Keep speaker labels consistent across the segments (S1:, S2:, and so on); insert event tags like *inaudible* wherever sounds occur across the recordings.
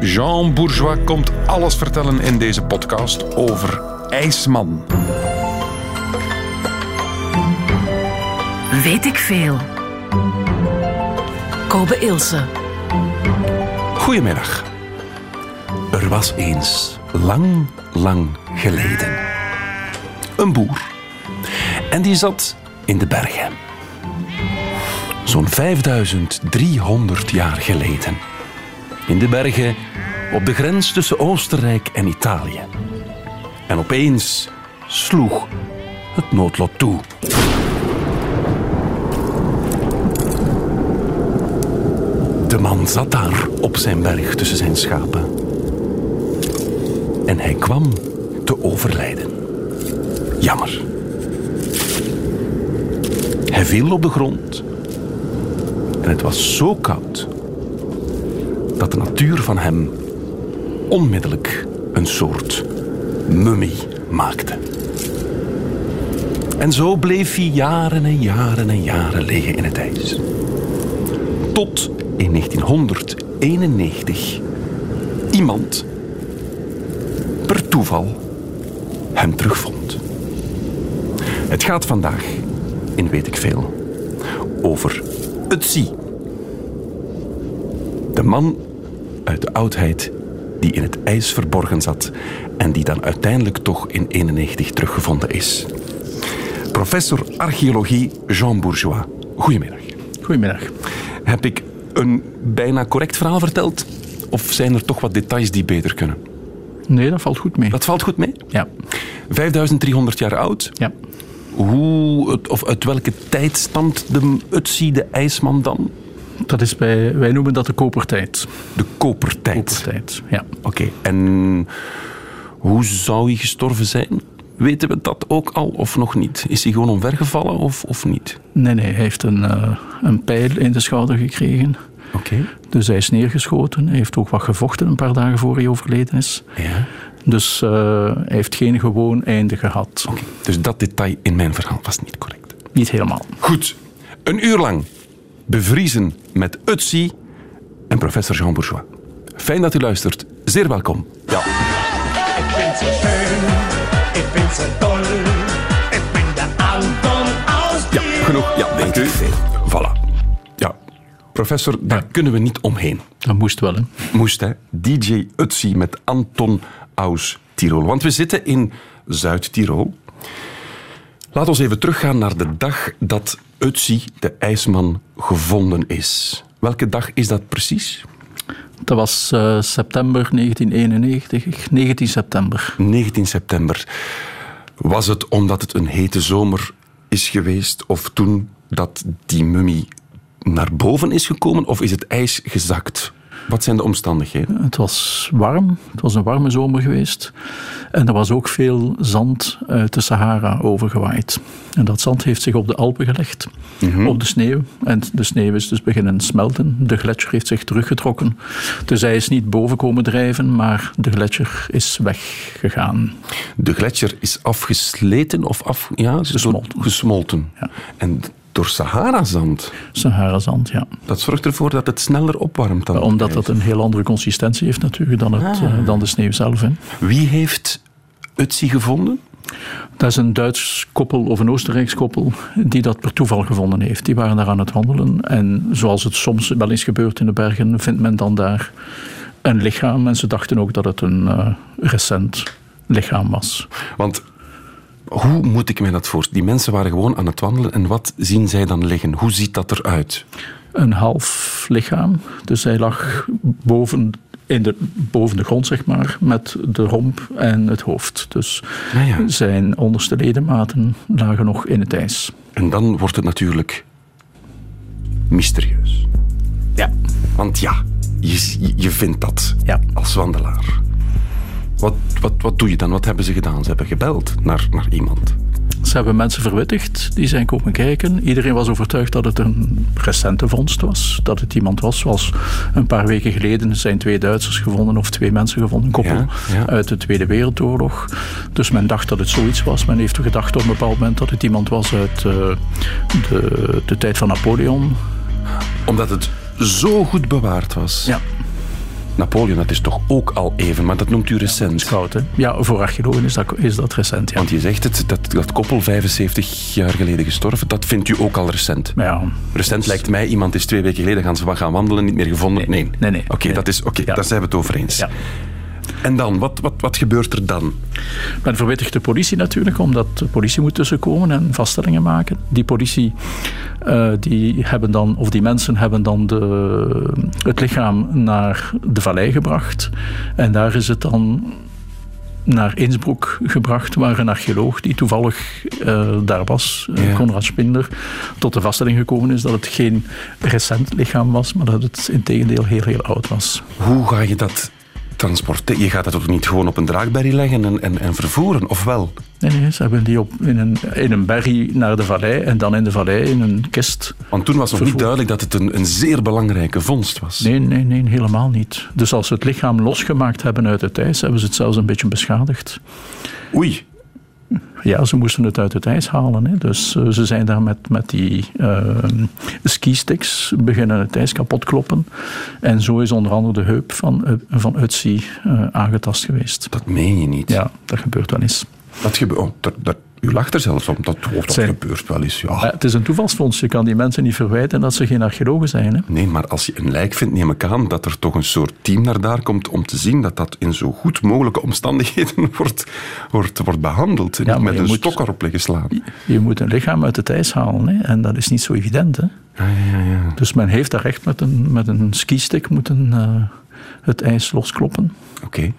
S1: Jean Bourgeois komt alles vertellen in deze podcast over IJsman.
S2: Weet ik veel. Kobe Ilse.
S1: Goedemiddag. Er was eens, lang, lang geleden, een boer. En die zat in de bergen. Zo'n 5300 jaar geleden. In de bergen, op de grens tussen Oostenrijk en Italië. En opeens sloeg het noodlot toe. De man zat daar op zijn berg tussen zijn schapen. En hij kwam te overlijden. Jammer. Hij viel op de grond. En het was zo koud dat de natuur van hem onmiddellijk een soort mummie maakte. En zo bleef hij jaren en jaren en jaren liggen in het ijs tot in 1991 iemand per toeval hem terugvond. Het gaat vandaag, in weet ik veel, over het zie. De man uit de oudheid die in het ijs verborgen zat en die dan uiteindelijk toch in 91 teruggevonden is. Professor archeologie Jean Bourgeois, goedemiddag.
S3: Goedemiddag.
S1: Heb ik een bijna correct verhaal verteld? Of zijn er toch wat details die beter kunnen?
S3: Nee, dat valt goed mee.
S1: Dat valt goed mee.
S3: Ja.
S1: 5300 jaar oud.
S3: ja.
S1: Hoe, het- of uit welke tijd stamt de Utsi, de ijsman dan?
S3: Dat is bij, wij noemen dat de kopertijd.
S1: De kopertijd.
S3: Kopertijd, ja.
S1: Oké, en hoe zou hij gestorven zijn? Weten we dat ook al of nog niet? Is hij gewoon omvergevallen of, of niet?
S3: Nee, nee, hij heeft een, eh, een pijl in de schouder gekregen.
S1: Oké.
S3: Dus hij is neergeschoten. Hij heeft ook wat gevochten een paar dagen voor hij overleden is.
S1: Ja.
S3: Dus eh, hij heeft geen gewoon einde gehad.
S1: Oké, Dus dat detail in mijn verhaal was niet correct.
S3: Niet helemaal.
S1: Goed, een uur lang bevriezen met Utsi en professor Jean Bourgeois. Fijn dat u luistert. Zeer welkom.
S4: Ik ben zo schön, ik ben zo toll, ik ben de Anton aus
S1: Ja, genoeg. Ja, dank u. Voilà. Ja, professor, daar kunnen we niet omheen.
S3: Dat moest wel, hè.
S1: Moest, hè? DJ Utsi met Anton aus Tirol. Want we zitten in Zuid-Tirol. Laat ons even teruggaan naar de dag dat Utsi, de ijsman, gevonden is. Welke dag is dat precies?
S3: Dat was eh, september 1991. 19 september.
S1: 19 september. Was het omdat het een hete zomer is geweest of toen dat die mummie naar boven is gekomen of is het ijs gezakt? Wat zijn de omstandigheden?
S3: Het was warm. Het was een warme zomer geweest. En er was ook veel zand uit de Sahara overgewaaid. En dat zand heeft zich op de Alpen gelegd, op de sneeuw. En de sneeuw is dus beginnen smelten. De gletsjer heeft zich teruggetrokken. Dus hij is niet boven komen drijven, maar de gletsjer is weggegaan.
S1: De gletsjer is afgesleten of af, ja, gesmolten. gesmolten. En door Sahara-zand,
S3: Sahara-zand, ja.
S1: dat zorgt ervoor dat het sneller opwarmt dan.
S3: Omdat dat een heel andere consistentie heeft natuurlijk dan, het, eh, dan de sneeuw zelf. Hè.
S1: Wie heeft Utsi gevonden?
S3: Dat is een Duits koppel of een Oostenrijks koppel die dat per toeval gevonden heeft. Die waren daar aan het wandelen. En zoals het soms wel eens gebeurt in de bergen, vindt men dan daar een lichaam. En ze dachten ook dat het een eh, recent lichaam was.
S1: Want hoe moet ik mij dat voorstellen? Die mensen waren gewoon aan het wandelen en wat zien zij dan liggen? Hoe ziet dat eruit?
S3: Een half lichaam. Dus hij lag boven, in de, boven de grond, zeg maar, met de romp en het hoofd. Dus
S1: Ja, ja.
S3: zijn onderste ledematen lagen nog in het ijs.
S1: En dan wordt het natuurlijk mysterieus.
S3: Ja.
S1: Want ja, je, je vindt dat
S3: Ja.
S1: als wandelaar. Wat, wat, wat doe je dan? Wat hebben ze gedaan? Ze hebben gebeld naar, naar iemand.
S3: Ze hebben mensen verwittigd, die zijn komen kijken. Iedereen was overtuigd dat het een recente vondst was. Dat het iemand was, zoals een paar weken geleden zijn twee Duitsers gevonden of twee mensen gevonden, een koppel
S1: Ja, ja.
S3: uit de Tweede Wereldoorlog. Dus men dacht dat het zoiets was. Men heeft gedacht op een bepaald moment dat het iemand was uit eh, de, de tijd van Napoleon.
S1: Omdat het zo goed bewaard was.
S3: Ja.
S1: Napoleon, dat is toch ook al even, maar dat noemt u recent.
S3: Koud, hè? Ja, voor archeologen is dat, is dat recent, ja.
S1: Want je zegt het, dat, dat koppel 75 jaar geleden gestorven, dat vindt u ook al recent.
S3: Maar ja,
S1: Recent lijkt mij, iemand is twee weken geleden gaan, ze gaan wandelen, niet meer gevonden. Nee.
S3: nee, nee.
S1: Oké,
S3: Nee.
S1: dat is, oké,
S3: Ja.
S1: daar zijn we het over eens.
S3: Ja.
S1: En dan, wat, wat, wat gebeurt er dan?
S3: Men verwittigt de politie natuurlijk, omdat de politie moet tussenkomen en vaststellingen maken. Die politie, eh, die hebben dan, of die mensen hebben dan de, het lichaam naar de vallei gebracht. En daar is het dan naar Innsbruck gebracht, waar een archeoloog die toevallig eh, daar was, eh,
S1: Ja.
S3: Konrad Spinder, tot de vaststelling gekomen is dat het geen recent lichaam was, maar dat het integendeel heel, heel oud was.
S1: Hoe ga je dat transporteren? Je gaat dat toch niet gewoon op een draagberry leggen en, en, en vervoeren, of wel?
S3: Nee, nee, ze hebben die op, in, een, in een berry naar de vallei en dan in de vallei in een kist.
S1: Want toen was nog niet
S3: Vervoer.
S1: duidelijk dat het een, een zeer belangrijke vondst was.
S3: Nee, nee, nee, helemaal niet. Dus als ze het lichaam losgemaakt hebben uit het ijs, hebben ze het zelfs een beetje beschadigd.
S1: Oei,
S3: Ja, ze moesten het uit het ijs halen. Hè. Dus eh, ze zijn daar met, met die ehm, ski skisticks beginnen het ijs kapot kloppen. En zo is onder andere de heup van, eh, van Utsi eh, aangetast geweest.
S1: dat meen je niet.
S3: Ja, dat gebeurt wel eens.
S1: Dat gebeurt. Oh, dat, dat- u lacht er zelfs om. Dat, oh, dat
S3: Zijn-
S1: gebeurt wel eens. Ja.
S3: Maar het is een toevalsfonds. Je kan die mensen niet verwijten dat ze geen archeologen zijn. Hè.
S1: Nee, maar als je een lijk vindt, neem ik aan dat er toch een soort team naar daar komt om te zien dat dat in zo goed mogelijke omstandigheden *laughs* wordt, wordt, wordt behandeld. En
S3: Ja,
S1: niet
S3: maar
S1: met een
S3: je moet-
S1: stok erop liggen slaan.
S3: Je moet een lichaam uit het ijs halen. Hè? En dat is niet zo evident. Hè? Dus men heeft daar echt met een, met een skistick moeten eh, het ijs loskloppen.
S1: Oké.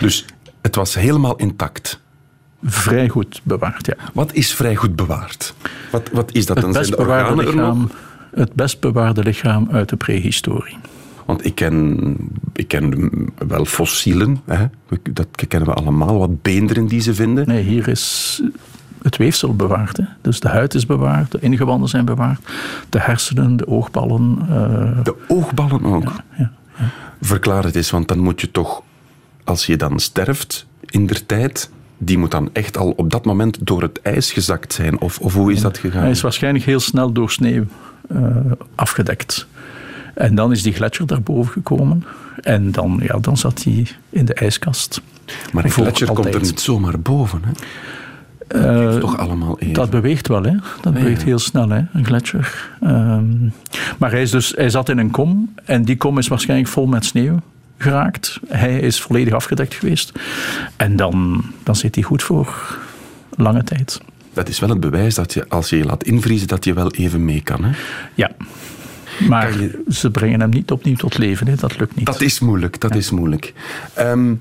S1: Dus het was helemaal intact.
S3: Vrij goed bewaard, ja.
S1: Wat is vrij goed bewaard? Wat, wat is dat?
S3: Het
S1: zijn
S3: best
S1: de
S3: bewaarde
S1: organen er nog?
S3: lichaam... Het best bewaarde lichaam uit de prehistorie.
S1: Want ik ken, ik ken wel fossielen. Hè? We- Dat kennen we allemaal. Wat beenderen die ze vinden.
S3: Nee, hier is het weefsel bewaard. Hè? Dus de huid is bewaard, de ingewanden zijn bewaard, de hersenen, de oogballen. eh,
S1: De oogballen ook.
S3: ja,
S1: Verklaar het eens, want dan moet je toch, als je dan sterft in der tijd, die moet dan echt al op dat moment door het ijs gezakt zijn. Of, of hoe is dat gegaan?
S3: Hij is waarschijnlijk heel snel door sneeuw eh, afgedekt. En dan is die gletsjer daarboven gekomen. En dan, ja, dan zat hij in de ijskast.
S1: maar een
S3: voor
S1: gletsjer komt er
S3: altijd.
S1: niet zomaar boven. Hè?
S3: Eh,
S1: Toch allemaal even.
S3: dat beweegt wel, hè? Dat beweegt
S1: ja.
S3: heel snel, hè? Een gletsjer. Ehm, maar hij, is dus, hij zat in een kom. En die kom is waarschijnlijk vol met sneeuw geraakt. Hij is volledig afgedekt geweest. En dan, dan zit hij goed voor lange tijd.
S1: Dat is wel het bewijs dat je, als je je laat invriezen, dat je wel even mee kan. Hè?
S3: Ja. Maar
S1: Kan je-
S3: ze brengen hem niet opnieuw tot leven, hè? Dat lukt niet.
S1: Dat is moeilijk, dat is moeilijk. Ehm,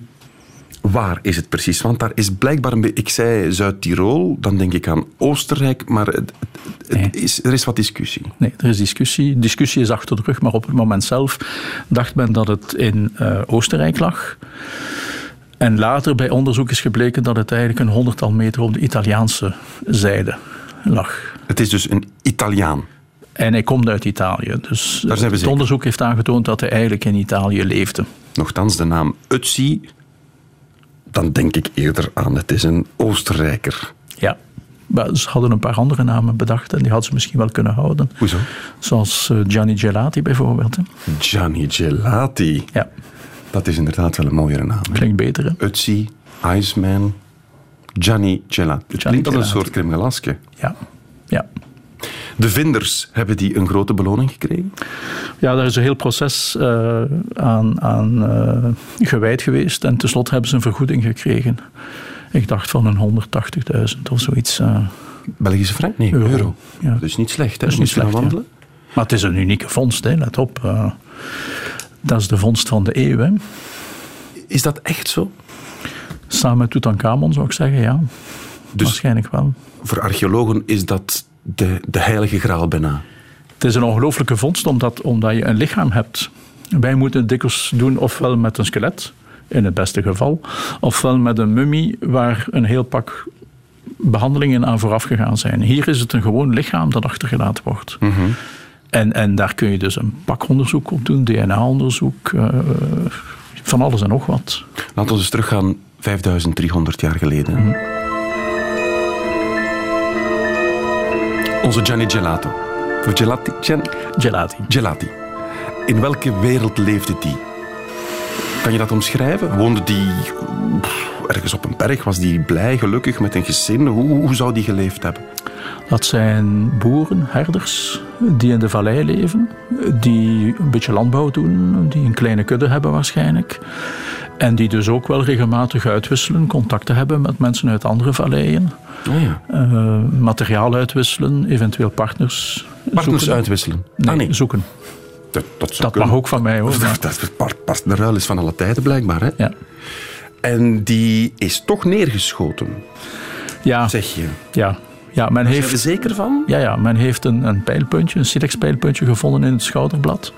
S1: waar is het precies? Want daar is blijkbaar een be- Ik zei Zuid-Tirol, dan denk ik aan Oostenrijk, maar het, het- het
S3: Nee.
S1: is, er is wat discussie.
S3: Nee, er is discussie. Discussie is achter de rug, maar op het moment zelf dacht men dat het in eh, Oostenrijk lag. En later bij onderzoek is gebleken dat het eigenlijk een honderdtal meter op de Italiaanse zijde lag.
S1: Het is dus een Italiaan.
S3: En hij komt uit Italië. Dus eh,
S1: Daar zijn we
S3: het
S1: zeker.
S3: onderzoek heeft aangetoond dat hij eigenlijk in Italië leefde.
S1: Nochtans, de naam Utsi, dan denk ik eerder aan het is een Oostenrijker.
S3: Ja. Maar ze hadden een paar andere namen bedacht en die hadden ze misschien wel kunnen houden.
S1: Hoezo?
S3: Zoals eh, Gianni Gelati bijvoorbeeld. hè.
S1: Gianni Gelati.
S3: Ja,
S1: Dat is inderdaad wel een mooiere naam. hè?
S3: klinkt beter. Hè?
S1: Utsi, Iceman, Gianni Gelati. Het
S3: Gianni
S1: klinkt als een
S3: Gelati.
S1: soort kremgelaske.
S3: Ja. ja.
S1: De vinders, hebben die een grote beloning gekregen?
S3: Ja, daar is een heel proces eh, aan, aan eh, gewijd geweest. En tenslotte hebben ze een vergoeding gekregen. Ik dacht van een 180.000 of zoiets. eh.
S1: Belgische frank? Nee, euro.
S3: Euro. Ja.
S1: Dus niet slecht, hè?
S3: Dat is
S1: Moet
S3: niet
S1: je gaan
S3: slecht, ja.
S1: wandelen?
S3: Maar het is een unieke vondst, hè, let op. eh. dat is de vondst van de eeuw. Hè.
S1: Is dat echt zo?
S3: Samen met Tutankhamon zou ik zeggen, ja.
S1: Dus-
S3: Waarschijnlijk wel.
S1: Voor archeologen is dat de, de heilige graal bijna.
S3: Het is een ongelooflijke vondst omdat, omdat je een lichaam hebt. Wij moeten het dikwijls doen ofwel met een skelet, in het beste geval, ofwel met een mummie waar een heel pak behandelingen aan vooraf gegaan zijn. Hier is het een gewoon lichaam dat achtergelaten wordt. en, en daar kun je dus een pakonderzoek op doen, DNA-onderzoek, eh, van alles en nog wat.
S1: Laten we eens teruggaan 5300 jaar geleden. Onze Gianni Gelato. Of Gelati, Gian-
S3: Gelati.
S1: Gelati. In welke wereld leefde die? Kan je dat omschrijven? Woonde die pff, ergens op een berg? Was die blij, gelukkig, met een gezin? Hoe, hoe zou die geleefd hebben?
S3: Dat zijn boeren, herders, die in de vallei leven, die een beetje landbouw doen, die een kleine kudde hebben waarschijnlijk. En die dus ook wel regelmatig uitwisselen, contacten hebben met mensen uit andere valleien.
S1: Oh ja.
S3: eh, materiaal uitwisselen, eventueel partners.
S1: Partners
S3: zoeken.
S1: uitwisselen?
S3: Nee,
S1: Ah, nee.
S3: zoeken.
S1: Dat, dat, zou
S3: Dat
S1: kunnen.
S3: mag ook van mij hoor. maar-
S1: Dat, dat, part- partnerruil is van alle tijden blijkbaar. Hè?
S3: Ja.
S1: En die is toch neergeschoten,
S3: Ja,
S1: zeg je.
S3: ja, ja, men
S1: Zijn we
S3: heeft,
S1: zeker van?
S3: ja, ja, men heeft een, een pijlpuntje, een silex-pijlpuntje gevonden in het schouderblad.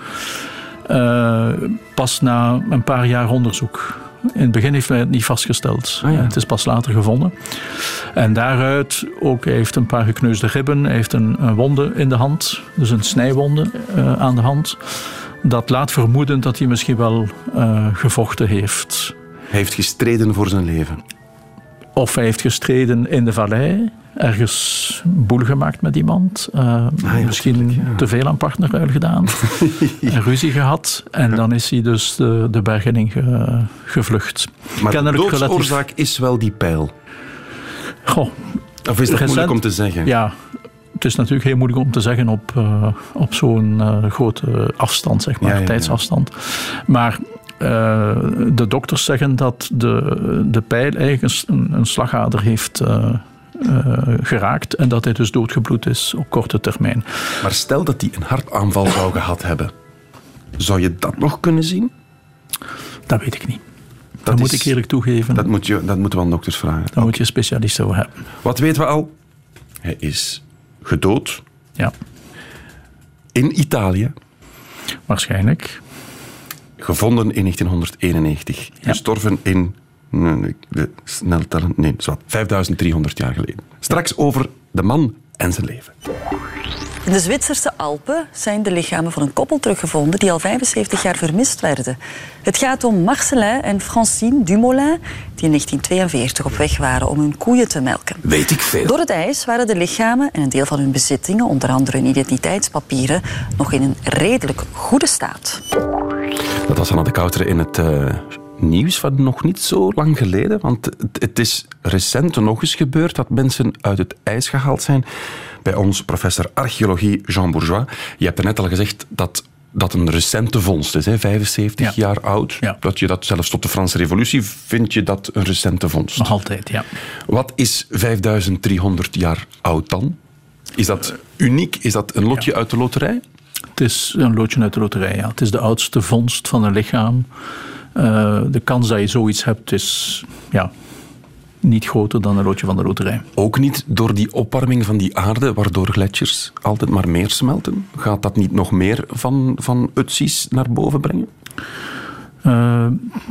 S3: Eh, pas na een paar jaar onderzoek. In het begin heeft men het niet vastgesteld.
S1: Ah, ja.
S3: Het is pas later gevonden. En daaruit ook, hij heeft een paar gekneusde ribben, hij heeft een, een wonde in de hand, dus een snijwonde eh, aan de hand. Dat laat vermoeden dat hij misschien wel eh, gevochten heeft.
S1: Hij heeft gestreden voor zijn leven.
S3: Of hij heeft gestreden in de vallei, ergens boel gemaakt met iemand.
S1: Ah,
S3: eh, misschien te veel aan partnerruil
S1: *laughs*
S3: gedaan. en ruzie gehad. En dan is hij dus de, de bergen in ge- gevlucht.
S1: Maar
S3: Kennelijk
S1: de
S3: relatief-
S1: doodsoorzaak is wel die pijl.
S3: Goh,
S1: Of is dat
S3: Recent-
S1: moeilijk om te zeggen?
S3: ja. Het is natuurlijk heel moeilijk om te zeggen op, eh, op zo'n eh, grote afstand, zeg maar,
S1: Ja, ja, ja.
S3: tijdsafstand. Maar eh, de dokters zeggen dat de, de pijl eigenlijk een s- een, een slagader heeft eh, eh, geraakt en dat hij dus doodgebloed is op korte termijn.
S1: Maar stel dat hij een hartaanval zou gehad hebben. Zou je dat nog kunnen zien?
S3: Dat weet ik niet. Dat,
S1: is-
S3: moet ik eerlijk toegeven.
S1: Dat, moet je, dat moeten we aan dokters vragen.
S3: Daar moet je specialisten voor hebben.
S1: Wat weten we al? Hij is gedood
S3: Ja,
S1: in Italië.
S3: waarschijnlijk.
S1: Gevonden in 1991. Gestorven in. Nee, nee, de- snel tellen. Nee, zwart. 5300 jaar geleden. Straks over de man en zijn leven.
S2: In de Zwitserse Alpen zijn de lichamen van een koppel teruggevonden die al 75 jaar vermist werden. Het gaat om Marcelin en Francine Dumoulin, die in 1942 op weg waren om hun koeien te melken.
S5: Weet ik veel.
S2: Door het ijs waren de lichamen en een deel van hun bezittingen, onder andere hun identiteitspapieren, nog in een redelijk goede staat.
S1: Dat was Anna de Kouteren in het eh, nieuws van nog niet zo lang geleden. Want het, het is recent nog eens gebeurd dat mensen uit het ijs gehaald zijn. Bij ons professor archeologie Jean Bourgeois. Je hebt er net al gezegd dat dat een recente vondst is, hè? 75
S3: Ja.
S1: jaar oud.
S3: Ja.
S1: Dat je dat zelfs tot de Franse Revolutie vind je dat een recente vondst.
S3: Nog altijd, ja.
S1: Wat is 5300 jaar oud dan? Is dat
S3: Eh,
S1: uniek? Is dat een lotje uit de loterij?
S3: Het is een loodje uit de loterij, ja. Het is de oudste vondst van een lichaam. Eh, de kans dat je zoiets hebt is ja, niet groter dan een loodje van de loterij.
S1: Ook niet door die opwarming van die aarde, waardoor gletsjers altijd maar meer smelten? Gaat dat niet nog meer van, van utsies naar boven brengen?
S3: Eh,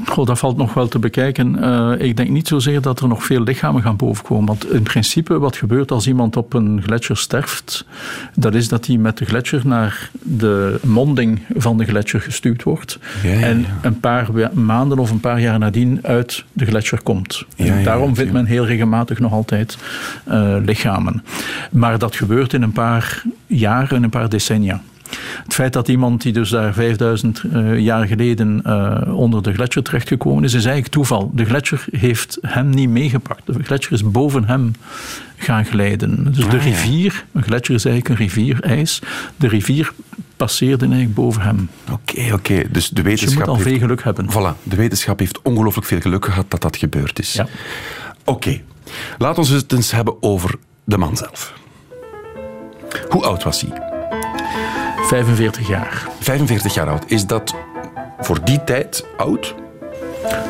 S3: goh, dat valt nog wel te bekijken. Eh, ik denk niet zozeer dat er nog veel lichamen gaan bovenkomen. Want in principe, wat gebeurt als iemand op een gletsjer sterft? Dat is dat hij met de gletsjer naar de monding van de gletsjer gestuurd wordt.
S1: Ja, ja,
S3: en
S1: ja.
S3: een paar we- maanden of een paar jaar nadien uit de gletsjer komt. En
S1: Ja, ja,
S3: daarom
S1: ja,
S3: vindt men heel regelmatig nog altijd eh, lichamen. Maar dat gebeurt in een paar jaren, in een paar decennia. Het feit dat iemand die dus daar 5000 eh, jaar geleden eh, onder de gletsjer terechtgekomen is, is eigenlijk toeval. De gletsjer heeft hem niet meegepakt. De gletsjer is boven hem gaan glijden. Dus de rivier, een gletsjer is eigenlijk een rivierijs, de rivier passeerde eigenlijk boven hem.
S1: Oké, oké. Dus de
S3: Dus je moet
S1: wetenschap,
S3: al veel
S1: heeft,
S3: geluk hebben.
S1: voilà, de wetenschap heeft ongelooflijk veel geluk gehad dat dat gebeurd is.
S3: Ja.
S1: Oké, laten we het eens hebben over de man zelf. Hoe oud was hij?
S3: 45 jaar.
S1: 45 jaar oud. Is dat voor die tijd oud?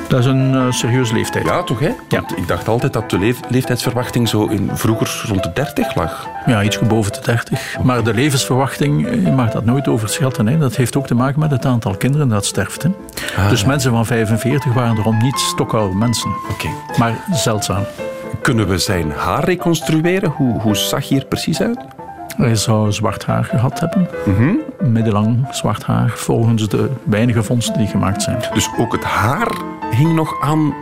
S3: Dat is een eh, serieuze leeftijd.
S1: Ja, toch hè?
S3: Ja.
S1: Want ik dacht altijd dat de leef- leeftijdsverwachting zo in, vroeger rond de 30 lag.
S3: Ja, iets boven de 30. Maar de levensverwachting, eh, je mag dat nooit overschatten. Hè. Dat heeft ook te maken met het aantal kinderen dat sterft. Hè. dus mensen van 45 waren erom niet stokoude mensen.
S1: Oké.
S3: Maar zeldzaam.
S1: Kunnen we zijn haar reconstrueren? Hoe, hoe zag hij er precies uit?
S3: Hij zou zwart haar gehad hebben. Middellang zwart haar, volgens de weinige vondsten die gemaakt zijn.
S1: Dus ook het haar hing nog aan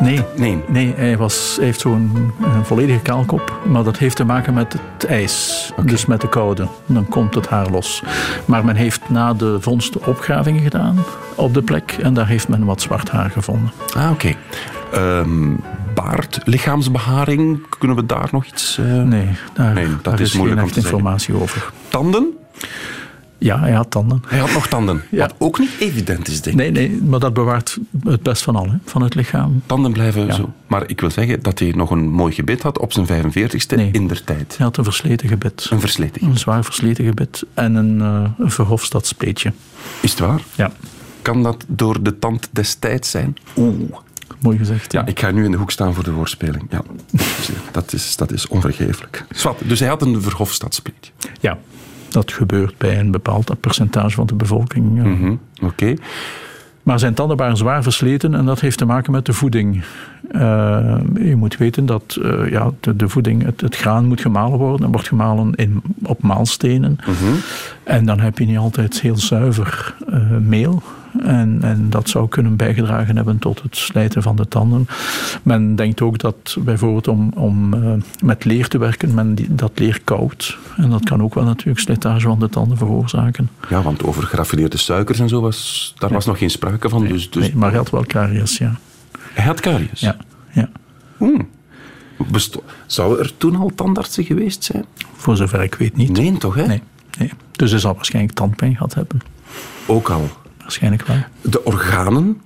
S3: Nee,
S1: Nee.
S3: nee hij, was, hij heeft zo'n eh, volledige kaalkop. Maar dat heeft te maken met het ijs. Dus met de koude. Dan komt het haar los. Maar men heeft na de vondst opgravingen gedaan op de plek. En daar heeft men wat zwart haar gevonden.
S1: Ah, oké. Ehm, baard, lichaamsbeharing, kunnen we daar nog iets... eh,
S3: Nee, daar,
S1: Nee, dat
S3: daar
S1: is
S3: is, geen
S1: moeilijk om
S3: echt
S1: te zeggen.
S3: informatie over.
S1: Tanden?
S3: Ja, hij had tanden.
S1: Hij had nog tanden.
S3: Ja.
S1: Wat ook niet evident is, denk ik.
S3: Nee, nee, maar dat bewaart het best van al, hè, van het lichaam.
S1: Tanden blijven zo. Maar ik wil zeggen dat hij nog een mooi gebit had op zijn 45ste
S3: Nee.
S1: in der tijd.
S3: Hij had een versleten gebit.
S1: Een versleting.
S3: Een zwaar versleten gebit en een eh verhofstadspleetje.
S1: Is het waar?
S3: Ja,
S1: Kan dat door de tand destijds zijn? Oeh.
S3: mooi gezegd.
S1: Ja, ik ga nu in de hoek staan voor de woordspeling. Ja, dat is, dat is onvergeeflijk. Zwat, dus hij had een verhofstadsplicht.
S3: Ja, dat gebeurt bij een bepaald percentage van de bevolking. ja.
S1: Hm, Oké.
S3: Maar zijn tanden waren zwaar versleten en dat heeft te maken met de voeding. Eh, je moet weten dat eh, ja, de, de voeding, het, het graan moet gemalen worden. en wordt gemalen in, op maalstenen. En dan heb je niet altijd heel zuiver eh, meel. En, en dat zou kunnen bijgedragen hebben tot het slijten van de tanden. Men denkt ook dat bijvoorbeeld om, om eh, met leer te werken, men die, dat leer koud. En dat kan ook wel natuurlijk slijtage van de tanden veroorzaken.
S1: Ja, want over geraffineerde suikers en zo was... Daar was nog geen sprake van, dus... dus
S3: Nee, maar je had wel karies, ja.
S1: Hij had karies.
S3: Ja, ja.
S1: Besto- Zou er toen al tandartsen geweest zijn?
S3: Voor zover ik weet niet.
S1: Nee, toch, hè?
S3: Nee. nee. Dus hij zal waarschijnlijk tandpijn gehad hebben.
S1: Ook al.
S3: Waarschijnlijk wel.
S1: De organen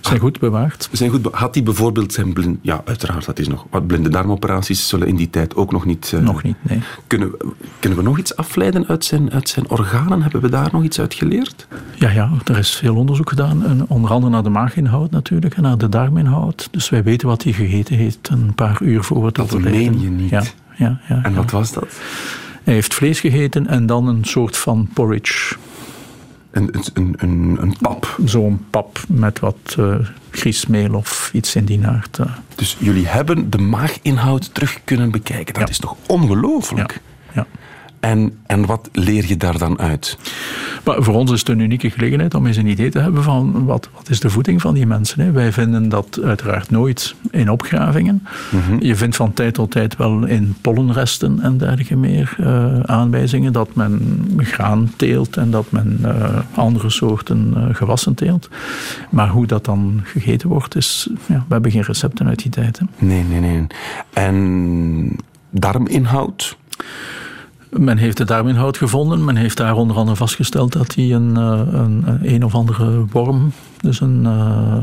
S3: Zijn goed bewaard.
S1: zijn goed... be- Had hij bijvoorbeeld zijn blind... Ja, uiteraard, dat is nog... Wat blinde darmoperaties zullen in die tijd ook nog niet... eh,
S3: Nog niet, nee.
S1: Kunnen we, kunnen we nog iets afleiden uit zijn, uit zijn organen? Hebben we daar nog iets uit geleerd?
S3: Ja, ja, er is veel onderzoek gedaan. en Onder andere naar de maaginhoud natuurlijk en naar de darminhoud. Dus wij weten wat hij gegeten heeft een paar uur voor het
S1: Dat
S3: overlijden.
S1: meen je niet.
S3: Ja, ja, ja,
S1: En
S3: ja.
S1: wat was dat?
S3: Hij heeft vlees gegeten en dan een soort van porridge.
S1: Een, een- een, een, een pap.
S3: Zo'n pap met wat eh griesmeel of iets in die naart. eh.
S1: Dus jullie hebben de maaginhoud terug kunnen bekijken. Dat
S3: Ja.
S1: is toch ongelooflijk?
S3: ja, ja.
S1: En, en wat leer je daar dan uit?
S3: Maar voor ons is het een unieke gelegenheid om eens een idee te hebben van wat, wat is de voeding van die mensen. Hè? Wij vinden dat uiteraard nooit in opgravingen. Je vindt van tijd tot tijd wel in pollenresten en dergelijke meer eh, aanwijzingen dat men graan teelt en dat men eh, andere soorten eh, gewassen teelt. Maar hoe dat dan gegeten wordt, is, ja, we hebben geen recepten uit die tijd. Hè?
S1: Nee, nee, nee. En darminhoud?
S3: Men heeft de darminhoud gevonden. Men heeft daar onder andere vastgesteld dat hij een, eh, een, een, een of andere worm, dus een, eh,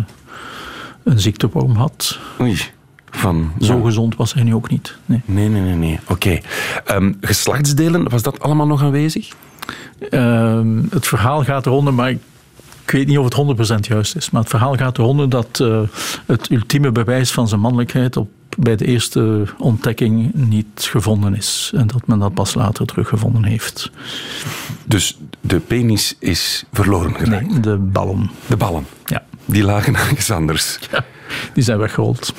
S3: een ziekteworm had.
S1: Oei. Van
S3: Zo
S1: ja.
S3: gezond was hij nu ook niet. Nee.
S1: Nee, nee, nee, nee. Oké. Ehm, geslachtsdelen, was dat allemaal nog aanwezig?
S3: Ehm, het verhaal gaat eronder, maar ik, ik weet niet of het 100% juist is. Maar het verhaal gaat eronder dat eh, het ultieme bewijs van zijn mannelijkheid op, bij de eerste ontdekking niet gevonden is. En dat men dat pas later teruggevonden heeft.
S1: Dus de penis is verloren geraakt.
S3: Nee, de ballen.
S1: De ballen,
S3: Ja, *laughs*
S1: die lagen *laughs* ergens anders.
S3: die zijn weggerold.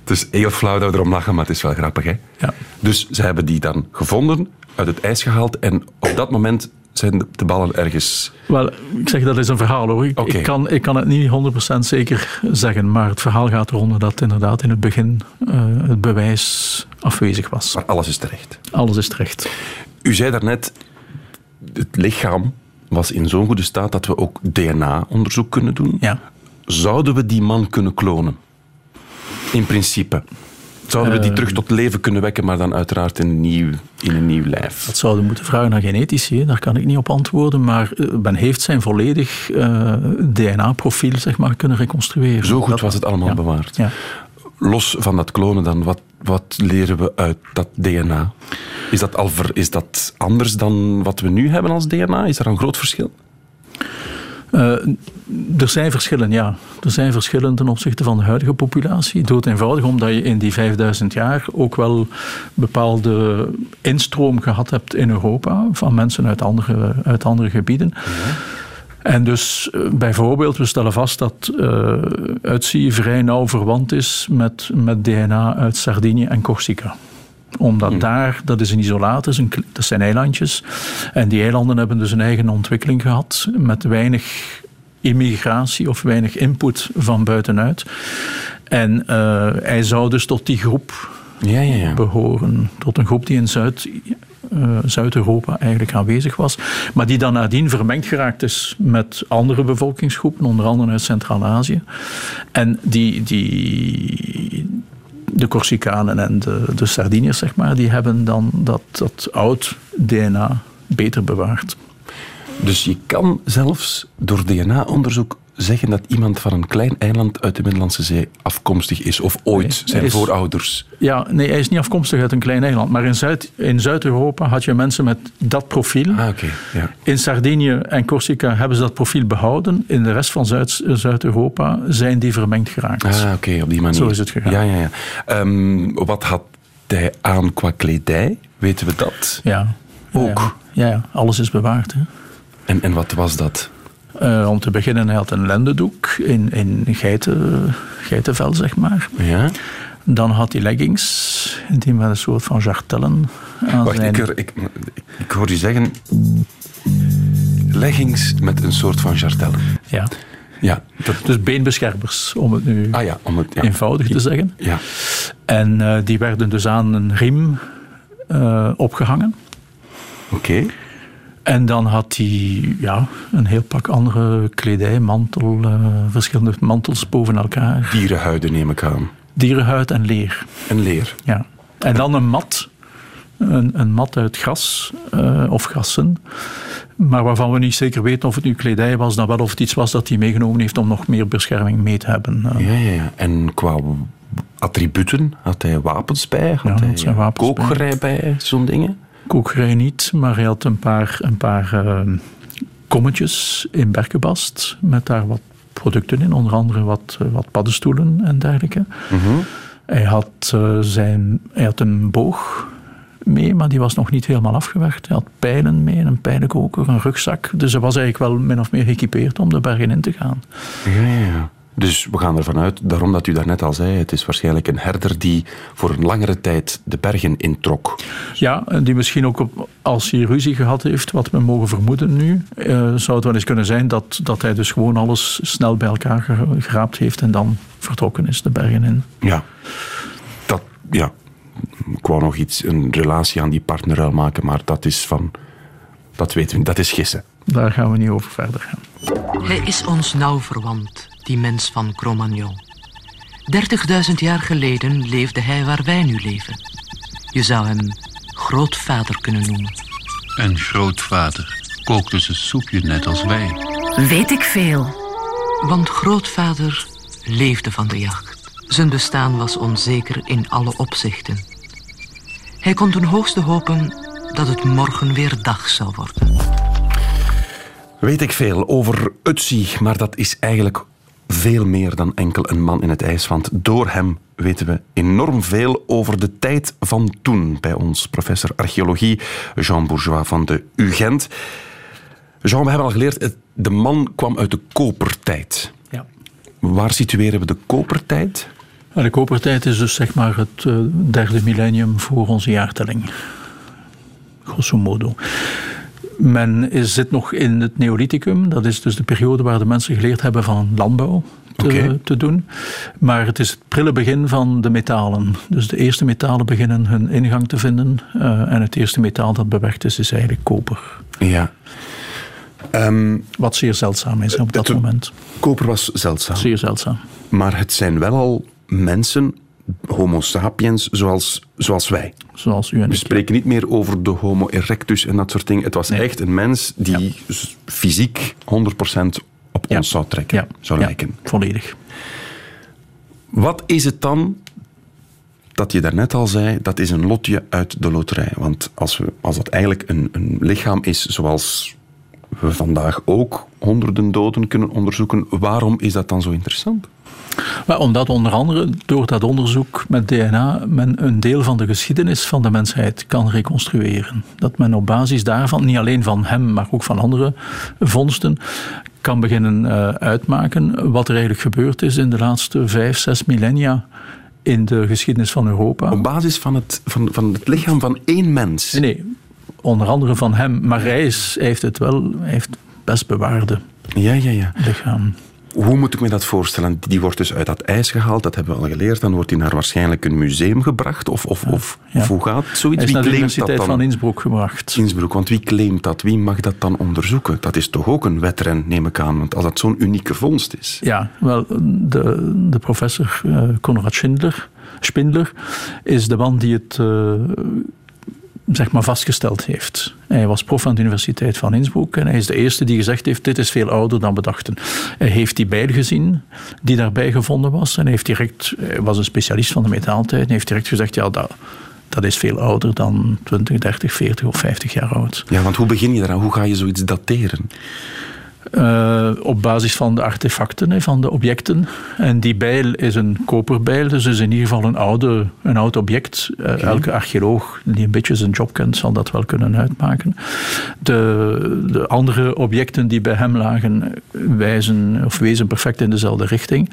S1: Het is heel flauw dat we erom lachen, maar het is wel grappig, hè?
S3: Ja.
S1: Dus ze hebben die dan gevonden, uit het ijs gehaald en op dat moment zijn de- de ballen ergens...
S3: Wel, ik zeg dat is een verhaal hoor. Ik,
S1: Oké.
S3: ik, kan, ik kan het niet 100% zeker zeggen, maar het verhaal gaat eronder dat inderdaad in het begin eh, het bewijs afwezig was.
S1: Maar alles is terecht.
S3: Alles is terecht.
S1: U zei daarnet, het lichaam was in zo'n goede staat dat we ook DNA-onderzoek kunnen doen.
S3: Ja.
S1: Zouden we die man kunnen klonen? In principe. Zouden we die
S3: Ehm.
S1: terug tot leven kunnen wekken, maar dan uiteraard in een nieuw, in een nieuw lijf?
S3: Dat zouden we moeten vragen naar genetici, hè. daar kan ik niet op antwoorden, maar eh, men heeft zijn volledig eh, DNA-profiel zeg maar, kunnen reconstrueren.
S1: Zo goed
S3: Dat-
S1: was het allemaal
S3: ja.
S1: bewaard.
S3: Ja.
S1: Los van dat klonen dan, wat, wat leren we uit dat DNA? Is dat, al ver- is dat anders dan wat we nu hebben als DNA? Is er een groot verschil?
S3: Eh, er zijn verschillen, ja. Er zijn verschillen ten opzichte van de huidige populatie. Dood eenvoudig omdat je in die 5000 jaar ook wel bepaalde instroom gehad hebt in Europa van mensen uit andere, uit andere gebieden. En dus eh, bijvoorbeeld, we stellen vast dat eh uitzie vrij nauw verwant is met, met DNA uit Sardinië en Corsica omdat daar, dat is een isolaat, dat, is een kle- dat zijn eilandjes. En die eilanden hebben dus een eigen ontwikkeling gehad met weinig immigratie of weinig input van buitenuit. En eh, hij zou dus tot die groep
S1: Ja, ja, ja.
S3: behoren. Tot een groep die in Zuid, eh, Zuid-Europa eigenlijk aanwezig was. Maar die dan nadien vermengd geraakt is met andere bevolkingsgroepen, onder andere uit Centraal-Azië. En die, die, de Corsicanen en de, de Sardiniërs, zeg maar, die hebben dan dat, dat oud DNA beter bewaard.
S1: Dus je kan zelfs door DNA-onderzoek zeggen dat iemand van een klein eiland uit de Middellandse Zee afkomstig is. Of ooit
S3: Nee,
S1: zijn
S3: is-
S1: voorouders.
S3: Ja, nee, hij is niet afkomstig uit een klein eiland. Maar in, Zuid, in Zuid-Europa had je mensen met dat profiel.
S1: Ah, oké. Ja.
S3: In Sardinië en Corsica hebben ze dat profiel behouden. In de rest van Zuid- Zuid-Europa zijn die vermengd geraakt.
S1: Ah, oké, op die manier.
S3: Zo is het gegaan.
S1: Ja, ja, ja. Ehm, wat had hij aan qua kledij? Weten we dat?
S3: Ja.
S1: Ook.
S3: Ja, ja. alles is bewaard. Hè.
S1: En, en wat was dat?
S3: Eh, om te beginnen, hij had een lendendoek in, in geiten, geitenvel, zeg maar.
S1: Ja?
S3: Dan had hij leggings, die met een soort van jartellen aan
S1: Wacht,
S3: zijn...
S1: ik, hoor- ik, ik hoor u zeggen... Leggings met een soort van jartelle.
S3: ja.
S1: Ja. dat-
S3: Dus beenbeschermers, om het nu
S1: ah ja, om het... Ja.
S3: eenvoudig te zeggen.
S1: Ja.
S3: En eh, die werden dus aan een riem eh, opgehangen.
S1: Oké.
S3: En dan had hij ja, een heel pak andere kledij, mantel, eh, verschillende mantels boven elkaar.
S1: Dierenhuiden neem ik aan.
S3: Dierenhuid en leer.
S1: En leer.
S3: Ja. En dan een mat. Een, een mat uit gras eh, of grassen. Maar waarvan we niet zeker weten of het nu kledij was, dan wel of het iets was dat hij meegenomen heeft om nog meer bescherming mee te hebben. Eh,
S1: Ja, ja, ja. En qua attributen, had hij wapens bij? Had
S3: Ja,
S1: hij
S3: had zijn wapens bij.
S1: kookgerij bij, zo'n dingen?
S3: Koekerij niet, maar hij had een paar, een paar eh, kommetjes in Berkenbast met daar wat producten in, onder andere wat, eh, wat paddenstoelen en dergelijke. Hij, had, eh, zijn, hij had een boog mee, maar die was nog niet helemaal afgewerkt. Hij had pijlen mee, een pijlenkoker, een rugzak. Dus hij was eigenlijk wel min of meer geëquipeerd om de bergen in te gaan.
S1: Ja, ja, ja. Dus we gaan ervan uit, daarom dat u daarnet al zei, het is waarschijnlijk een herder die voor een langere tijd de bergen introk.
S3: Ja, en die misschien ook op, als hij ruzie gehad heeft, wat we mogen vermoeden nu, eh, zou het wel eens kunnen zijn dat, dat hij dus gewoon alles snel bij elkaar ge- geraapt heeft en dan vertrokken is de bergen in.
S1: Ja. Dat, ja. Ik wou nog iets, een relatie aan die partnerruil maken, maar dat is van... Dat weten we, dat is gissen.
S3: Daar gaan we niet over verder gaan.
S5: Hij is ons nauw verwant, die mens van Cro-Magnon. 30.000 jaar geleden leefde hij waar wij nu leven. Je zou hem grootvader kunnen noemen.
S6: En grootvader kookte zijn soepje net als wij.
S7: Weet ik veel.
S5: Want grootvader leefde van de jacht. Zijn bestaan was onzeker in alle opzichten. Hij kon ten hoogste hopen dat het morgen weer dag zou worden.
S1: Weet ik veel over Utsi, maar dat is eigenlijk veel meer dan enkel een man in het ijs. Want door hem weten we enorm veel over de tijd van toen. Bij ons professor archeologie Jean Bourgeois van de UGent. Jean, we hebben al geleerd, het- de man kwam uit de kopertijd.
S3: Ja.
S1: Waar situeren we de kopertijd?
S3: De kopertijd is dus zeg maar het eh, derde millennium voor onze jaartelling. Grosso modo. Men is, zit nog in het Neolithicum. Dat is dus de periode waar de mensen geleerd hebben van landbouw te,
S1: Oké.
S3: te doen. Maar het is het prille begin van de metalen. Dus de eerste metalen beginnen hun ingang te vinden. eh, en het eerste metaal dat bewerkt is, is eigenlijk koper.
S1: Ja.
S3: Wat zeer zeldzaam is op dat
S1: Het-
S3: moment.
S1: Koper was zeldzaam.
S3: Zeer zeldzaam.
S1: Maar het zijn wel al mensen, homo sapiens, zoals, zoals wij.
S3: Zoals u en
S1: We
S3: ik.
S1: spreken niet meer over de homo erectus en dat soort dingen. Het was echt een mens die s- fysiek 100% op
S3: Ja.
S1: ons zou trekken, zou
S3: ja,
S1: lijken.
S3: Volledig.
S1: Wat is het dan dat je daarnet al zei, dat is een lotje uit de loterij? Want als, we, als dat eigenlijk een, een lichaam is zoals we vandaag ook honderden doden kunnen onderzoeken, waarom is dat dan zo interessant?
S3: Maar omdat onder andere door dat onderzoek met DNA men een deel van de geschiedenis van de mensheid kan reconstrueren. Dat men op basis daarvan, niet alleen van hem, maar ook van andere vondsten, kan beginnen eh, uitmaken wat er eigenlijk gebeurd is in de laatste vijf, zes millennia in de geschiedenis van Europa.
S1: Op basis van het, van, van het lichaam van één mens.
S3: Nee, nee, onder andere van hem. Maar hij, is, hij heeft het wel, hij heeft best bewaarde
S1: Ja, ja, ja.
S3: lichaam.
S1: Hoe moet ik me dat voorstellen? Die wordt dus uit dat ijs gehaald, dat hebben we al geleerd. Dan wordt die naar waarschijnlijk een museum gebracht. Of, of, of,
S3: Ja.
S1: of hoe gaat zoiets?
S3: Hij
S1: Wie
S3: is naar de
S1: claimt dat
S3: Universiteit
S1: dan?
S3: van Innsbruck gebracht.
S1: Innsbruck, want wie claimt dat? Wie mag dat dan onderzoeken? Dat is toch ook een wedren, neem ik aan. Want als dat zo'n unieke vondst is.
S3: Ja, wel, de, de professor eh, Konrad Schindler, Spindler is de man die het eh, zeg maar vastgesteld heeft. Hij was prof aan de Universiteit van Innsbruck en hij is de eerste die gezegd heeft, dit is veel ouder dan we dachten. Hij heeft die bijl gezien, die daarbij gevonden was, en hij, heeft direct, hij was een specialist van de metaaltijd, en heeft direct gezegd, ja, dat, dat is veel ouder dan 20, 30, 40 of 50 jaar oud.
S1: Ja, want hoe begin je eraan? Hoe ga je zoiets dateren?
S3: Eh, op basis van de artefacten, hè, van de objecten. En die bijl is een koperbijl, dus is in ieder geval een, oude, een oud object. Eh, Elke archeoloog die een beetje zijn job kent, zal dat wel kunnen uitmaken. De, de andere objecten die bij hem lagen, eh, wijzen of wezen perfect in dezelfde richting.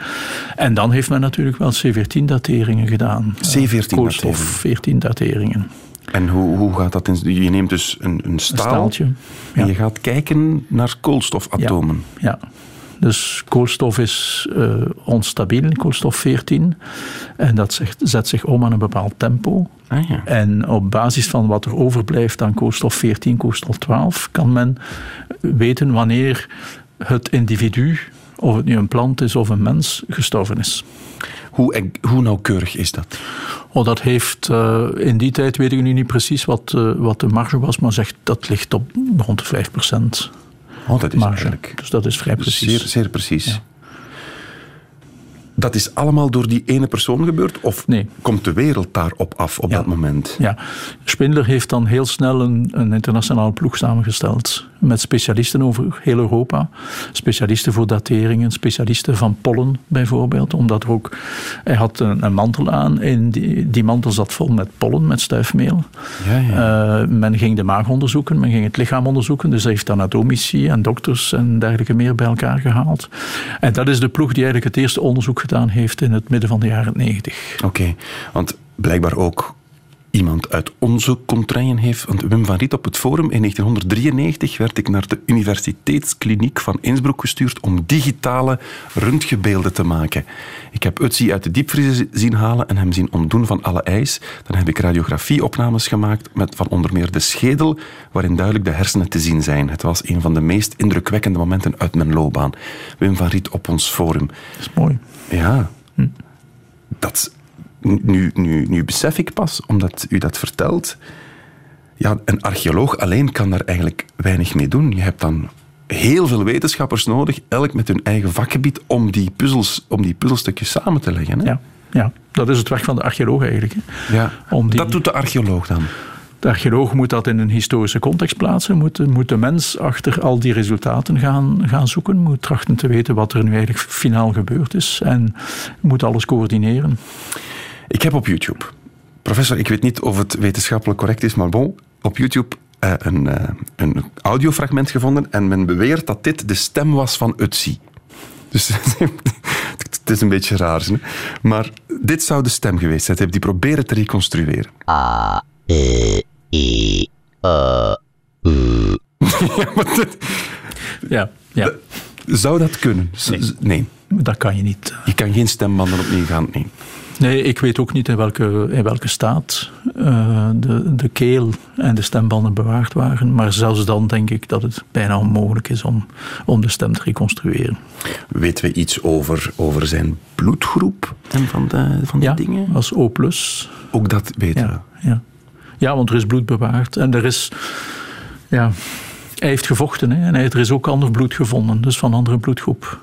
S3: En dan heeft men natuurlijk wel C14-dateringen gedaan. Eh,
S1: C14-dateringen.
S3: Koolstof 14-dateringen.
S1: En hoe, hoe gaat dat? In, je neemt dus een, een
S3: Een
S1: staal
S3: staaltje.
S1: en je gaat kijken naar koolstofatomen.
S3: Ja. Dus koolstof is eh, onstabiel, koolstof 14. En dat zegt- zet zich om aan een bepaald tempo.
S1: Ah, ja.
S3: En op basis van wat er overblijft aan koolstof 14, koolstof 12, kan men weten wanneer het individu, of het nu een plant is of een mens, gestorven is.
S1: Hoe, eg- hoe nauwkeurig is dat?
S3: Oh, dat heeft, eh, in die tijd weet ik nu niet precies wat, eh, wat de marge was, maar zegt dat ligt op rond de 5%
S1: Oh, dat is
S3: marge.
S1: eigenlijk
S3: Dus dat is vrij precies.
S1: zeer, zeer precies.
S3: Ja.
S1: Dat is allemaal door die ene persoon gebeurd? Of
S3: Nee.
S1: komt de wereld daarop af op
S3: Ja.
S1: dat moment?
S3: Ja, Spindler heeft dan heel snel een, een internationale ploeg samengesteld. Met specialisten over heel Europa. Specialisten voor dateringen, specialisten van pollen bijvoorbeeld. Omdat er ook, hij had een, een mantel aan en die, die mantel zat vol met pollen, met stuifmeel.
S1: Ja, ja.
S3: Eh, men ging de maag onderzoeken, men ging het lichaam onderzoeken. Dus hij heeft anatomici en dokters en dergelijke meer bij elkaar gehaald. En dat is de ploeg die eigenlijk het eerste onderzoek gedaan heeft in het midden van de jaren 90.
S1: Oké, want blijkbaar ook iemand uit onze contraien heeft... Want Wim van Riet op het forum in 1993 werd ik naar de Universiteitskliniek van Innsbruck gestuurd om digitale röntgenbeelden te maken. Ik heb Utsi uit de diepvriezer zi- zien halen en hem zien ontdoen van alle ijs. Dan heb ik radiografieopnames gemaakt met van onder meer de schedel, waarin duidelijk de hersenen te zien zijn. Het was een van de meest indrukwekkende momenten uit mijn loopbaan. Wim van Riet op ons forum.
S3: Dat is mooi.
S1: Ja.
S3: Hm.
S1: Dat, is- nu, nu, nu besef ik pas, omdat u dat vertelt. Ja, een archeoloog alleen kan daar eigenlijk weinig mee doen. Je hebt dan heel veel wetenschappers nodig, elk met hun eigen vakgebied, om die, puzzels, om die puzzelstukjes samen te leggen. Hè?
S3: Ja, ja, dat is het werk van de archeoloog eigenlijk. hè.
S1: Ja.
S3: Om die-
S1: Dat doet de archeoloog dan.
S3: De archeoloog moet dat in een historische context plaatsen, moet, de- moet de mens achter al die resultaten gaan, gaan zoeken, moet trachten te weten wat er nu eigenlijk finaal gebeurd is en moet alles coördineren.
S1: Ik heb op YouTube, professor, ik weet niet of het wetenschappelijk correct is, maar bon, op YouTube eh, een, eh, een audiofragment gevonden en men beweert dat dit de stem was van Utsi. Dus *laughs* het is een beetje raar, hè? maar dit zou de stem geweest zijn. Ze hebben die proberen te reconstrueren. Ja, maar dat-
S3: Ja, ja
S1: zou dat kunnen? Z- z- Nee.
S3: dat kan je niet.
S1: je kan geen stembanden opnieuw gaan. Nee.
S3: Nee, ik weet ook niet in welke, in welke staat eh, de, de keel en de stembanden bewaard waren, maar zelfs dan denk ik dat het bijna onmogelijk is om, om de stem te reconstrueren.
S1: Weten we iets over, over zijn bloedgroep en van, de, van die
S3: Ja,
S1: dingen?
S3: als O+. plus.
S1: Ook dat weten we.
S3: Ja, ja. ja, want er is bloed bewaard. En er is. Ja, hij heeft gevochten hè, en hij- er is ook ander bloed gevonden. Dus van andere bloedgroep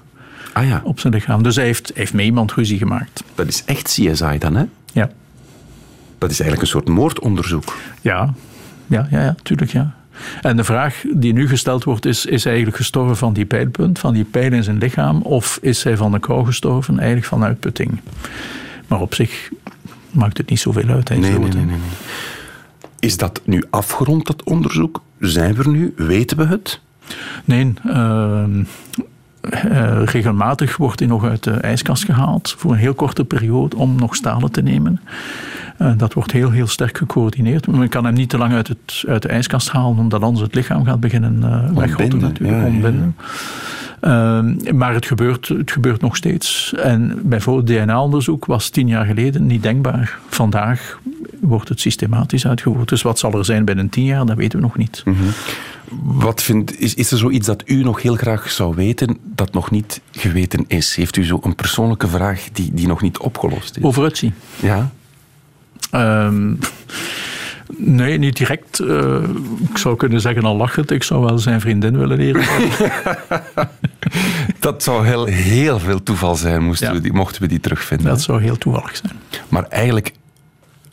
S1: Ah ja,
S3: op zijn lichaam. Dus hij heeft, hij heeft met iemand ruzie gemaakt.
S1: dat is echt CSI dan, hè?
S3: Ja,
S1: Dat is eigenlijk een soort moordonderzoek.
S3: ja, ja, ja, ja tuurlijk. Ja. En de vraag die nu gesteld wordt is: is hij eigenlijk gestorven van die pijlpunt, van die pijl in zijn lichaam? Of is hij van de kou gestorven, eigenlijk van uitputting? Maar op zich maakt het niet zoveel uit. Hij is dood, hè.
S1: Is dat nu afgerond, dat onderzoek? Zijn we er nu? Weten we het?
S3: Nee, ehm, eh, regelmatig wordt hij nog uit de ijskast gehaald voor een heel korte periode om nog stalen te nemen. Eh, dat wordt heel, heel sterk gecoördineerd. Maar Men kan hem niet te lang uit, het, uit de ijskast halen, omdat anders het lichaam gaat beginnen eh weggotten
S1: Ontbinden,
S3: natuurlijk,
S1: ja, ja, ja.
S3: ontbinden. Ehm, maar het gebeurt, het gebeurt nog steeds. En bijvoorbeeld DNA-onderzoek was tien jaar geleden niet denkbaar. Vandaag wordt het systematisch uitgevoerd. Dus wat zal er zijn binnen tien jaar, dat weten we nog niet.
S1: Mhm. Wat vindt, is, is er zoiets dat u nog heel graag zou weten dat nog niet geweten is? Heeft u zo een persoonlijke vraag die, die nog niet opgelost is?
S3: Over uitzien.
S1: Ja?
S3: Ehm, nee, niet direct. Eh, ik zou kunnen zeggen, al lachend, ik zou wel zijn vriendin willen leren.
S1: *laughs* Dat zou heel, heel veel toeval zijn, moesten
S3: Ja.
S1: we die, mochten we die terugvinden.
S3: Dat zou heel toevallig zijn.
S1: Maar eigenlijk,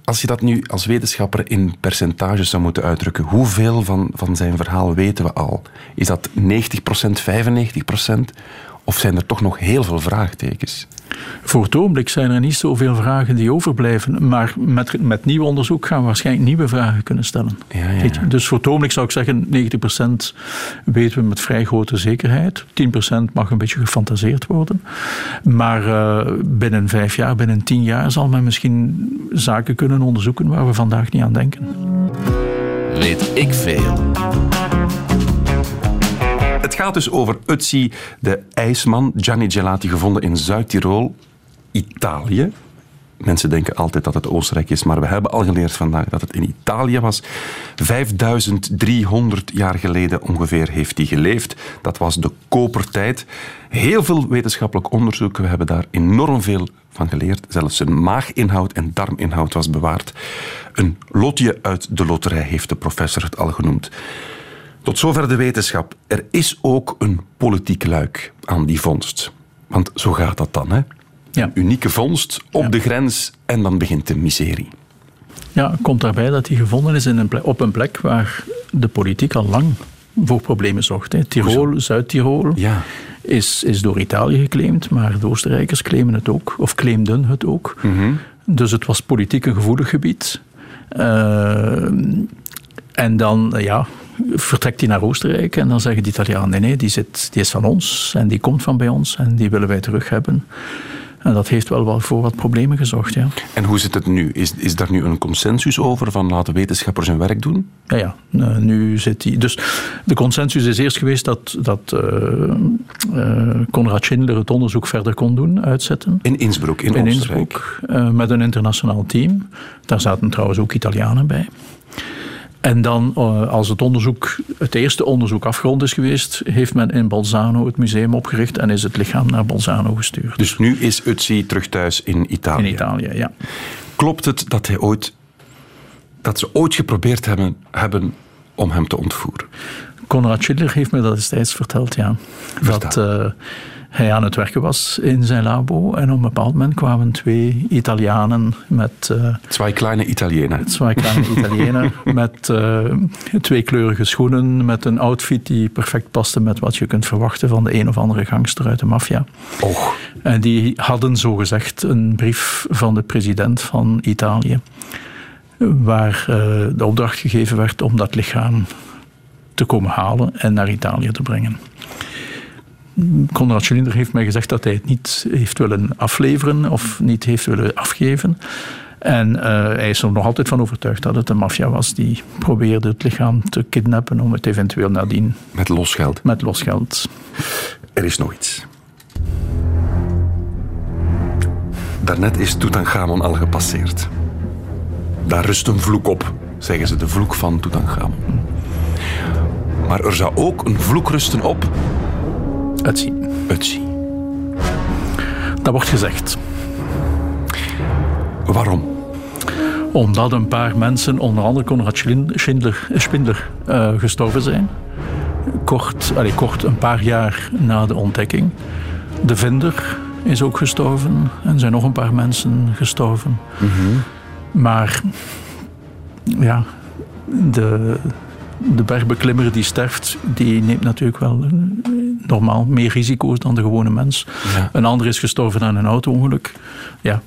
S1: als je dat nu als wetenschapper in percentages zou moeten uitdrukken, hoeveel van, van zijn verhaal weten we al? Is dat 90%, 95%? Of zijn er toch nog heel veel vraagtekens?
S3: Voor het ogenblik zijn er niet zoveel vragen die overblijven. Maar met, met nieuw onderzoek gaan we waarschijnlijk nieuwe vragen kunnen stellen.
S1: Ja, ja,
S3: Weet
S1: ja.
S3: je, Dus voor het ogenblik zou ik zeggen, 90% weten we met vrij grote zekerheid. 10% mag een beetje gefantaseerd worden. Maar eh, binnen vijf jaar, binnen tien jaar zal men misschien zaken kunnen onderzoeken waar we vandaag niet aan denken.
S7: Weet ik veel.
S1: Het gaat dus over Utsi, de ijsman, Gianni Gelati, gevonden in Zuid-Tirol, Italië. Mensen denken altijd dat het Oostenrijk is, maar we hebben al geleerd vandaag dat het in Italië was. 5300 jaar geleden ongeveer heeft hij geleefd. Dat was de kopertijd. Heel veel wetenschappelijk onderzoek. We hebben daar enorm veel van geleerd. Zelfs zijn maaginhoud en darminhoud was bewaard. Een lotje uit de loterij heeft de professor het al genoemd. Tot zover de wetenschap. Er is ook een politiek luik aan die vondst. Want zo gaat dat dan, hè?
S3: Ja.
S1: Unieke vondst op de grens en dan begint de miserie.
S3: Ja, komt daarbij dat hij gevonden is in een plek- op een plek waar de politiek al lang voor problemen zocht. Hè. Tirol, Zuid-Tirol
S1: Ja.
S3: is, is door Italië geclaimd, maar de Oostenrijkers claimen het ook, of claimden het ook. Dus het was politiek een gevoelig gebied. Eh, en dan, eh, ja, vertrekt hij naar Oostenrijk en dan zeggen de Italianen, nee, nee, die, zit, die is van ons en die komt van bij ons en die willen wij terug hebben. En dat heeft wel wat- voor wat problemen gezorgd, ja.
S1: En hoe zit het nu? Is, is daar nu een consensus over van laten wetenschappers hun werk doen?
S3: Ja, ja. Eh, nu zit hij. Dus de consensus is eerst geweest dat, dat eh, eh, Konrad Schindler het onderzoek verder kon doen, uitzetten.
S1: In Innsbruck, in,
S3: in
S1: Oostenrijk.
S3: Innsbruck, eh, met een internationaal team. Daar zaten trouwens ook Italianen bij. En dan, eh, als het, onderzoek, het eerste onderzoek afgerond is geweest, heeft men in Bolzano het museum opgericht en is het lichaam naar Bolzano gestuurd.
S1: Dus nu is Utsi terug thuis in Italië.
S3: in Italië, ja.
S1: Klopt het dat, hij ooit, dat ze ooit geprobeerd hebben, hebben om hem te ontvoeren?
S3: Konrad Schindler heeft me dat destijds verteld, ja. Dat eh, hij aan het werken was in zijn labo. En op een bepaald moment kwamen twee Italianen met... eh,
S1: Twee kleine Italianen.
S3: Twee kleine Italianen met eh, twee kleurige schoenen, met een outfit die perfect paste met wat je kunt verwachten van de een of andere gangster uit de maffia.
S1: Och,
S3: En die hadden zogezegd een brief van de president van Italië, waar eh, de opdracht gegeven werd om dat lichaam te komen halen en naar Italië te brengen. Konrad Schilinder heeft mij gezegd dat hij het niet heeft willen afleveren of niet heeft willen afgeven. En eh, hij is er nog altijd van overtuigd dat het de maffia was die probeerde het lichaam te kidnappen om het eventueel nadien
S1: met losgeld.
S3: met losgeld
S1: Er is nog iets. Daarnet is Tutankhamon al gepasseerd. Daar rust een vloek op, zeggen ze, de vloek van Tutankhamon. Maar er zou ook een vloek rusten op
S3: uitzien.
S1: Utsi.
S3: Dat wordt gezegd.
S1: Waarom?
S3: Omdat een paar mensen, onder andere Konrad Schlin- Schindler, eh, Spindler, eh, gestorven zijn. Kort, allee, kort, een paar jaar na de ontdekking. De vinder is ook gestorven. En er zijn nog een paar mensen gestorven. Maar ja, de, de bergbeklimmer die sterft, die neemt natuurlijk wel eh, normaal meer risico's dan de gewone mens.
S1: Ja.
S3: Een ander is gestorven aan een auto-ongeluk. Ja,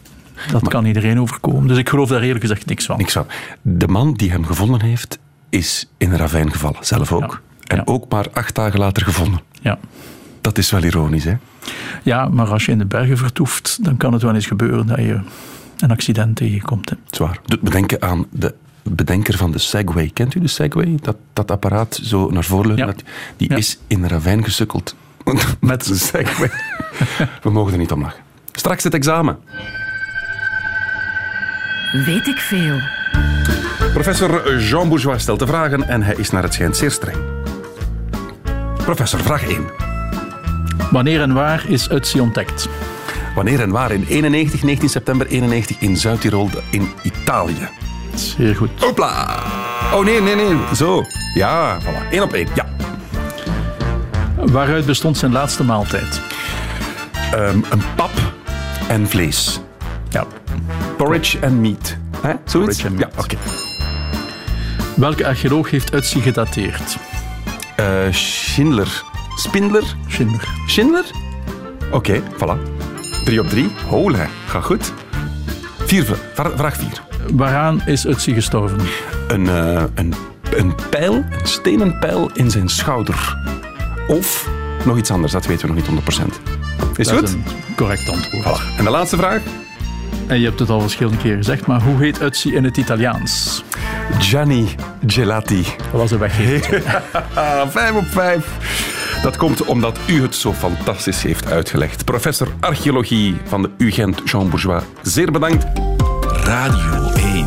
S3: dat kan iedereen overkomen. Dus ik geloof daar eerlijk gezegd niks van.
S1: Niks van. De man die hem gevonden heeft, is in een ravijn gevallen, zelf ook.
S3: Ja.
S1: En
S3: Ja.
S1: ook maar acht dagen later gevonden.
S3: Ja.
S1: Dat is wel ironisch, hè?
S3: ja, maar als je in de bergen vertoeft, dan kan het wel eens gebeuren dat je een accident tegenkomt. hè.
S1: Zwaar. Doet me denken aan de bedenker van de Segway. Kent u de Segway? Dat, dat apparaat zo naar voren leunt.
S3: Ja.
S1: dat- Die
S3: Ja.
S1: is in een ravijn gesukkeld *laughs* Met een segway. We mogen er niet om lachen. Straks het examen.
S8: Weet ik veel.
S1: Professor Jean Bourgeois stelt de vragen en hij is naar het schijnt zeer streng. Professor, vraag 1.
S3: Wanneer en waar is Utsi ontdekt?
S1: Wanneer en waar in 91, 19 september 91 in Zuid-Tirol in Italië?
S3: Zeer goed.
S1: Hopla! Oh nee, nee, nee. Zo. Ja, voilà. Eén op één. Ja.
S3: Waaruit bestond zijn laatste maaltijd?
S1: Ehm, een pap en vlees.
S3: Ja.
S1: Porridge and meat. Hè? Zoiets?
S3: Porridge and meat.
S1: Ja, oké.
S3: Welke archeoloog heeft Utsi gedateerd?
S1: Eh, Schindler. Spindler?
S3: Schindler.
S1: Schindler? Oké, voilà. Drie op drie. Hola, gaat goed. Vier, vra- vraag vier.
S3: Waaraan is Utsi gestorven?
S1: Een, eh, een, een pijl, een stenen pijl in zijn schouder. Of nog iets anders, dat weten we nog niet 100%. Is
S3: Dat
S1: goed?
S3: is een correct antwoord.
S1: Voilà. En de laatste vraag.
S3: En je hebt het al verschillende keren gezegd, maar hoe heet Utsi in het Italiaans?
S1: Gianni Gelati.
S3: Dat was een weggever.
S1: Ah, vijf op vijf. Dat komt omdat u het zo fantastisch heeft uitgelegd. Professor archeologie van de UGent Jean Bourgeois, zeer bedankt.
S7: Radio 1.